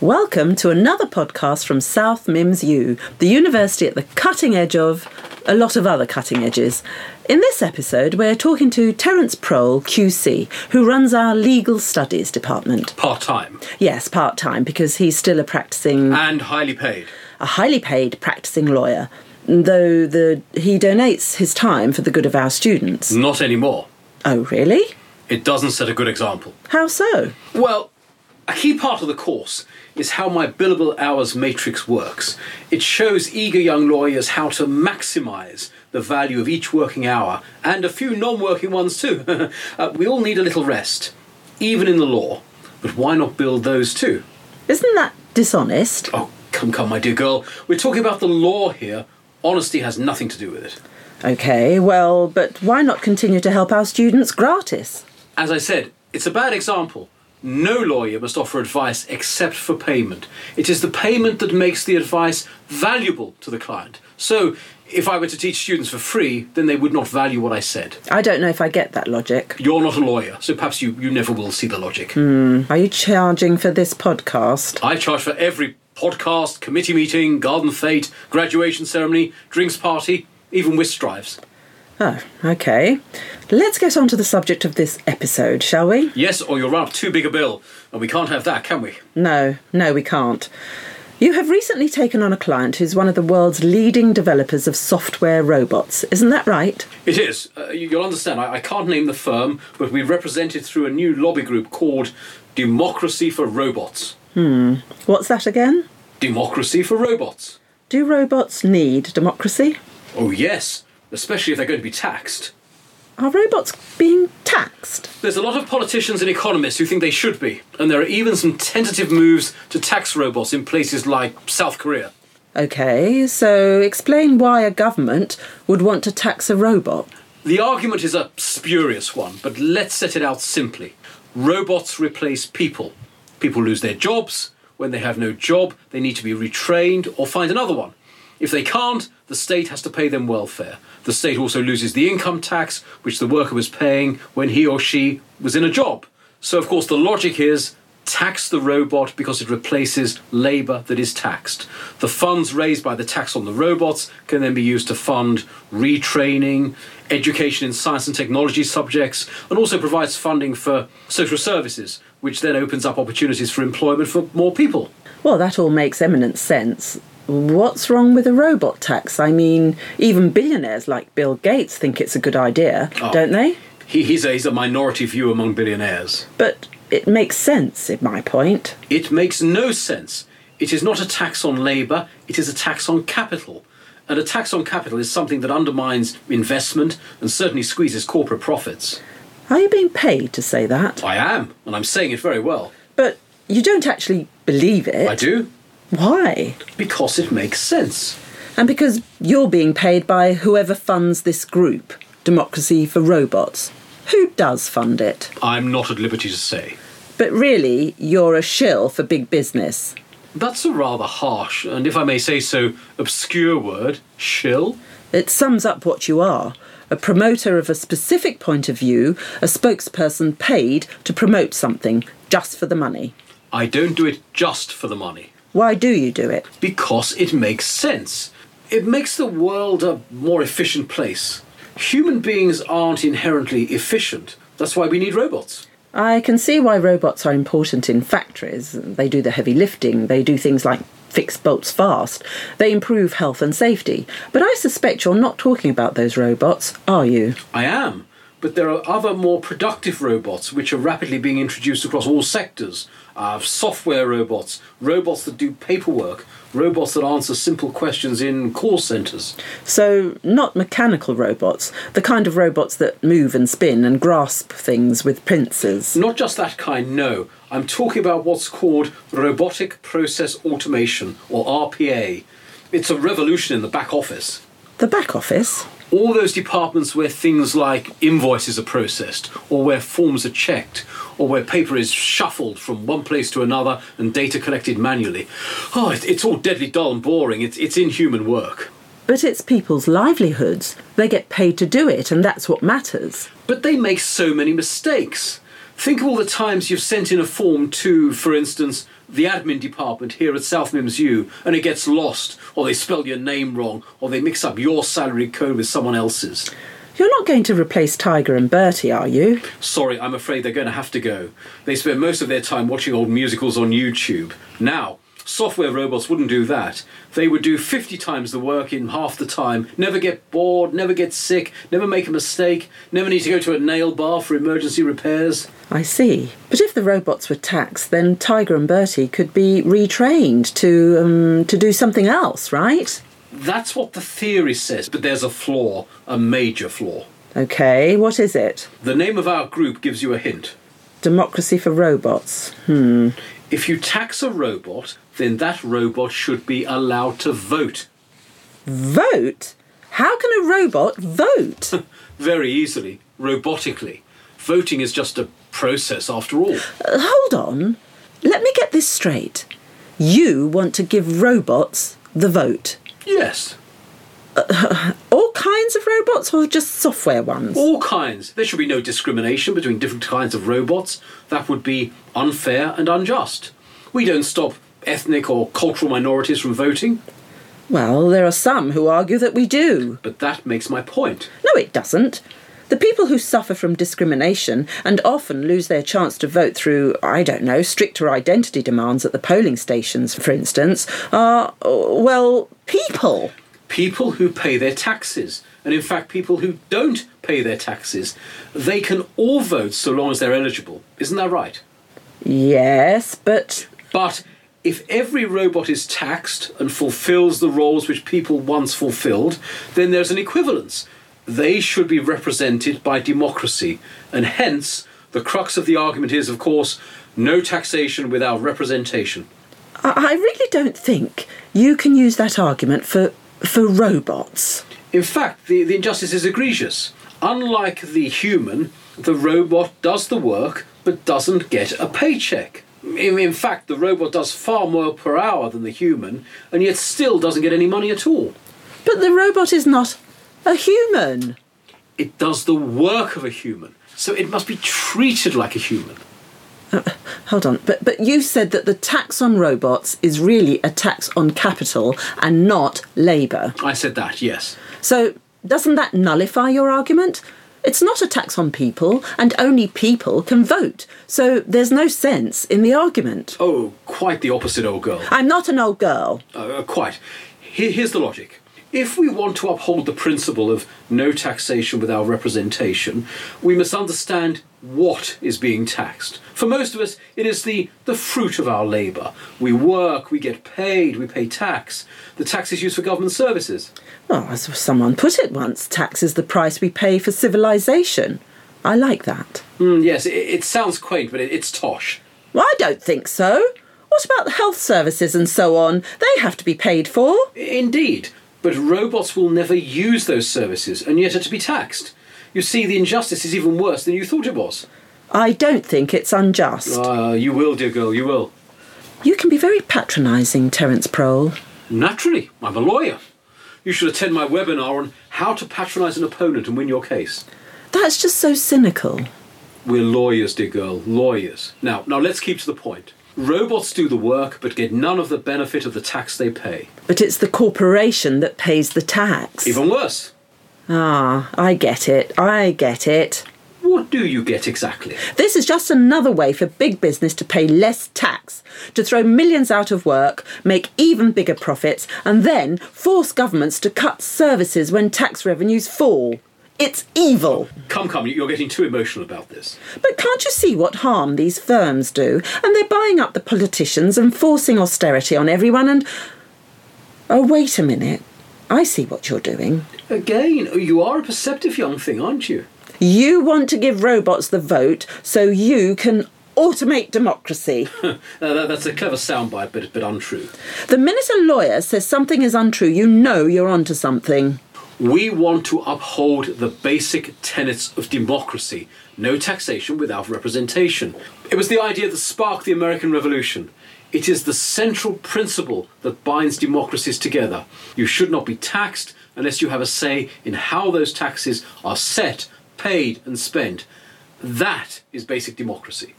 Welcome to another podcast from South Mims U, the university at the cutting edge of a lot of other cutting edges. In this episode, we're talking to Terence Prohl, QC, who runs our legal studies department. Part time Yes, part time, because he's still a practicing and highly paid. a highly paid practicing lawyer, though the he donates his time for the good of our students. Not anymore. Oh, really? It doesn't set a good example. How so? Well, a key part of the course is how my billable hours matrix works. It shows eager young lawyers how to maximize the value of each working hour and a few non working ones too. Uh, we all need a little rest, even in the law. But why not build those too? Isn't that dishonest? Oh, come, come, my dear girl. We're talking about the law here. Honesty has nothing to do with it. Okay, well, but why not continue to help our students gratis? As I said, it's a bad example. No lawyer must offer advice except for payment. It is the payment that makes the advice valuable to the client. So, if I were to teach students for free, then they would not value what I said. I don't know if I get that logic. You're not a lawyer, so perhaps you, you never will see the logic. Are you charging for this podcast? I charge for every podcast, committee meeting, garden fete, graduation ceremony, drinks party, even whist drives. Oh, okay. Let's get on to the subject of this episode, shall we? Yes, or you'll run up too big a bill, and we can't have that, can we? No, no, we can't. You have recently taken on a client who's one of the world's leading developers of software robots. Isn't that right? It is. Uh, you, you'll understand. I, I can't name the firm, but we represent it through a new lobby group called Democracy for Robots. What's that again? Democracy for Robots. Do robots need democracy? Oh, yes, especially if they're going to be taxed. Are robots being taxed? There's a lot of politicians and economists who think they should be, and there are even some tentative moves to tax robots in places like South Korea. Okay, so explain why a government would want to tax a robot. The argument is a spurious one, but let's set it out simply. Robots replace people. People lose their jobs. When they have no job, they need to be retrained or find another one. If they can't, the state has to pay them welfare. The state also loses the income tax, which the worker was paying when he or she was in a job. So, of course, the logic is tax the robot because it replaces labour that is taxed. The funds raised by the tax on the robots can then be used to fund retraining, education in science and technology subjects, and also provides funding for social services, which then opens up opportunities for employment for more people. Well, that all makes eminent sense. What's wrong with a robot tax? I mean, even billionaires like Bill Gates think it's a good idea, Oh. don't they? He, he's, a, he's a minority view among billionaires. But it makes sense, at my point. It makes no sense. It is not a tax on labour, it is a tax on capital. And a tax on capital is something that undermines investment and certainly squeezes corporate profits. Are you being paid to say that? I am, and I'm saying it very well. But you don't actually believe it. I do, Why? because it makes sense. And because you're being paid by whoever funds this group, Democracy for Robots. Who does fund it? I'm not at liberty to say. But really, you're a shill for big business. That's a rather harsh, and if I may say so, obscure word, shill. It sums up what you are a promoter of a specific point of view, a spokesperson paid to promote something just for the money. I don't do it just for the money. Why do you do it? because it makes sense. It makes the world a more efficient place. Human beings aren't inherently efficient. That's why we need robots. I can see why robots are important in factories. They do the heavy lifting, they do things like fix bolts fast, they improve health and safety. But I suspect you're not talking about those robots, are you? I am. But there are other more productive robots which are rapidly being introduced across all sectors. Uh, software robots, robots that do paperwork, robots that answer simple questions in call centres. So, not mechanical robots, the kind of robots that move and spin and grasp things with pincers. Not just that kind, no. I'm talking about what's called robotic process automation, or RPA. It's a revolution in the back office. The back office? all those departments where things like invoices are processed, or where forms are checked, or where paper is shuffled from one place to another and data collected manually. Oh, it, it's all deadly dull and boring. It's, it's inhuman work. But it's people's livelihoods. They get paid to do it, and that's what matters. But they make so many mistakes. Think of all the times you've sent in a form to, for instance, the admin department here at South Mims U and it gets lost, or they spell your name wrong, or they mix up your salary code with someone else's. You're not going to replace Tiger and Bertie, are you? Sorry, I'm afraid they're going to have to go. They spend most of their time watching old musicals on YouTube. Now, software robots wouldn't do that. They would do 50 times the work in half the time, never get bored, never get sick, never make a mistake, never need to go to a nail bar for emergency repairs. I see. But if the robots were taxed, then Tiger and Bertie could be retrained to um, to do something else, right? That's what the theory says, but there's a flaw, a major flaw. Okay, what is it? The name of our group gives you a hint. Democracy for robots. If you tax a robot, then that robot should be allowed to vote. Vote? How can a robot vote? Very easily, robotically. Voting is just a process after all. Uh, hold on. Let me get this straight. You want to give robots the vote. Yes, All kinds of robots or just software ones? all kinds. There should be no discrimination between different kinds of robots. That would be unfair and unjust. We don't stop ethnic or cultural minorities from voting, Well, there are some who argue that we do. but that makes my point. No, it doesn't. The people who suffer from discrimination and often lose their chance to vote through, I don't know, stricter identity demands at the polling stations, for instance, are, uh, well, people. people who pay their taxes, and in fact, people who don't pay their taxes, they can all vote so long as they're eligible. Isn't that right? Yes, but But if every robot is taxed and fulfills the roles which people once fulfilled, then there's an equivalence. They should be represented by democracy, and hence the crux of the argument is, of course, no taxation without representation. I I really don't think you can use that argument for for robots. In fact, the, the injustice is egregious. Unlike the human, the robot does the work but doesn't get a paycheck. In, in fact, the robot does far more per hour than the human and yet still doesn't get any money at all. But the robot is not a human. It does the work of a human, so it must be treated like a human. Hold on, but but you said that the tax on robots is really a tax on capital and not labour. I said that, yes. So doesn't that nullify your argument? It's not a tax on people, and only people can vote. So there's no sense in the argument. Oh, quite the opposite, old girl. I'm not an old girl. Uh, quite. Here, here's the logic. If we want to uphold the principle of no taxation without representation, we must understand what is being taxed. For most of us, it is the, the fruit of our labour. We work, we get paid, we pay tax. The tax is used for government services. Well, Oh, as someone put it once, tax is the price we pay for civilization. I like that. Hmm, yes, it, it sounds quaint, but it, it's tosh. Well, I don't think so. What about the health services and so on? They have to be paid for. Indeed, but robots will never use those services and yet are to be taxed. You see, the injustice is even worse than you thought it was. I don't think it's unjust. Ah, you will, dear girl, you will. You can be very patronising, Terence Prole. Naturally, I'm a lawyer. You should attend my webinar on how to patronise an opponent and win your case. That's just so cynical. We're lawyers, dear girl, lawyers. Now, now let's keep to the point. Robots do the work but get none of the benefit of the tax they pay. But it's the corporation that pays the tax. Even worse, Ah, I get it. I get it. what do you get exactly? This is just another way for big business to pay less tax, to throw millions out of work, make even bigger profits, and then force governments to cut services when tax revenues fall. It's evil. Come, come, you're getting too emotional about this. But can't you see what harm these firms do? And they're buying up the politicians and forcing austerity on everyone and. Oh, wait a minute. I see what you're doing. Again, you are a perceptive young thing, aren't you? You want to give robots the vote so you can automate democracy. Uh, that- that's a clever soundbite, but, but untrue. the minute a lawyer says something is untrue, you know you're onto something. We want to uphold the basic tenets of democracy no taxation without representation. It was the idea that sparked the American Revolution. It is the central principle that binds democracies together. You should not be taxed unless you have a say in how those taxes are set, paid, and spent. That is basic democracy.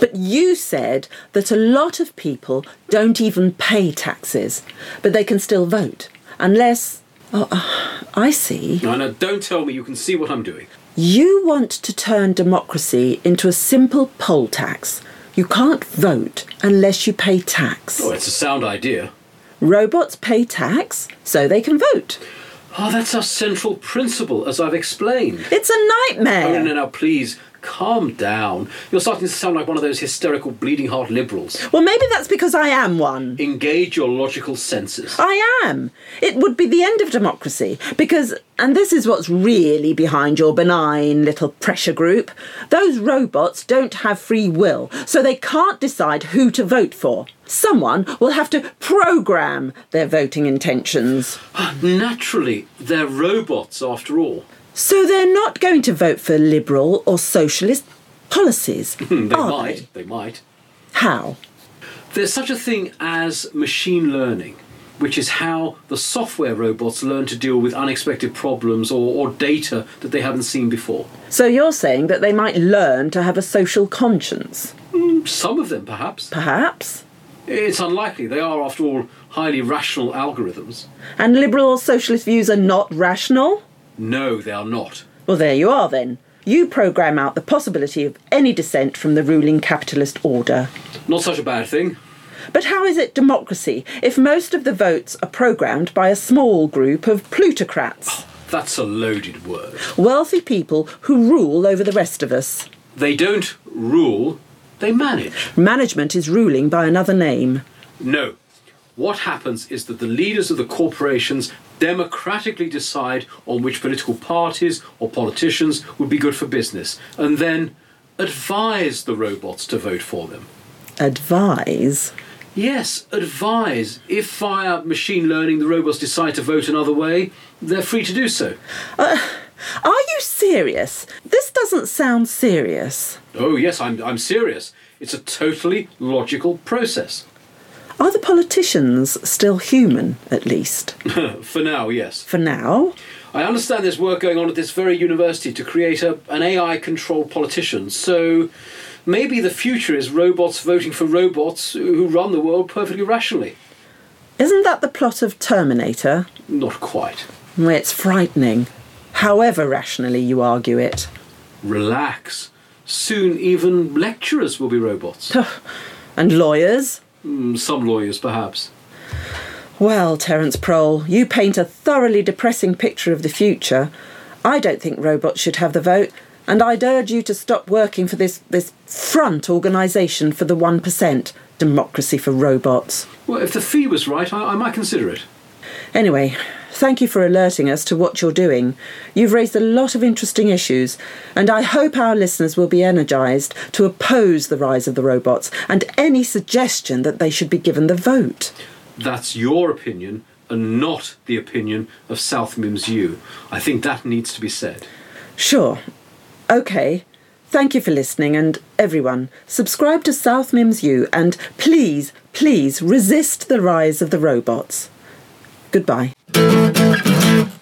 But you said that a lot of people don't even pay taxes, but they can still vote. Unless. Oh, uh, I see. Now, now, don't tell me you can see what I'm doing. You want to turn democracy into a simple poll tax. You can't vote unless you pay tax. Oh, it's a sound idea. Robots pay tax, so they can vote. Oh, that's our central principle, as I've explained. It's a Oh, no, nightmare. no, no, please, calm down. You're starting to sound like one of those hysterical, bleeding heart liberals. Well, maybe that's because I am one. Engage your logical senses. I am. It would be the end of democracy because, and this is what's really behind your benign little pressure group, those robots don't have free will, so they can't decide who to vote for. Someone will have to program their voting intentions. Ah, Naturally, they're robots after all. So they're not going to vote for liberal or socialist policies. Hmm, They are might. they? They might. How? There's such a thing as machine learning, which is how the software robots learn to deal with unexpected problems or, or data that they haven't seen before. So you're saying that they might learn to have a social conscience? Hmm, Some of them, perhaps. Perhaps? It's unlikely. They are, after all, highly rational algorithms. And liberal or socialist views are not rational? No, they are not. Well, there you are then. You program out the possibility of any dissent from the ruling capitalist order. Not such a bad thing. But how is it democracy if most of the votes are programmed by a small group of plutocrats, That's a loaded word. wealthy people who rule over the rest of us? They don't rule, they manage. Management is ruling by another name. No. What happens is that the leaders of the corporations democratically decide on which political parties or politicians would be good for business and then advise the robots to vote for them. Advise. Yes, advise. If via machine learning the robots decide to vote another way, they're free to do so. Are you serious? This doesn't sound serious. Oh, yes, I'm, I'm serious. It's a totally logical process. Are the politicians still human, at least? for now, yes. For now? I understand there's work going on at this very university to create a, an AI controlled politician, so maybe the future is robots voting for robots who run the world perfectly rationally. Isn't that the plot of Terminator? Not quite. Well, It's frightening, however rationally you argue it. Relax. Soon, even lecturers will be robots. And lawyers? Mm, Some lawyers, perhaps. Well, Terence Prohl, you paint a thoroughly depressing picture of the future. I don't think robots should have the vote, and I'd urge you to stop working for this, this front organisation for the 1%, Democracy for Robots. Well, if the fee was right, I, I might consider it. Anyway, thank you for alerting us to what you're doing. You've raised a lot of interesting issues, and I hope our listeners will be energised to oppose the rise of the robots and any suggestion that they should be given the vote. That's your opinion and not the opinion of South Mims U. I think that needs to be said. Sure. Okay. Thank you for listening, and everyone, subscribe to South Mims U and please, please resist the rise of the robots. Goodbye.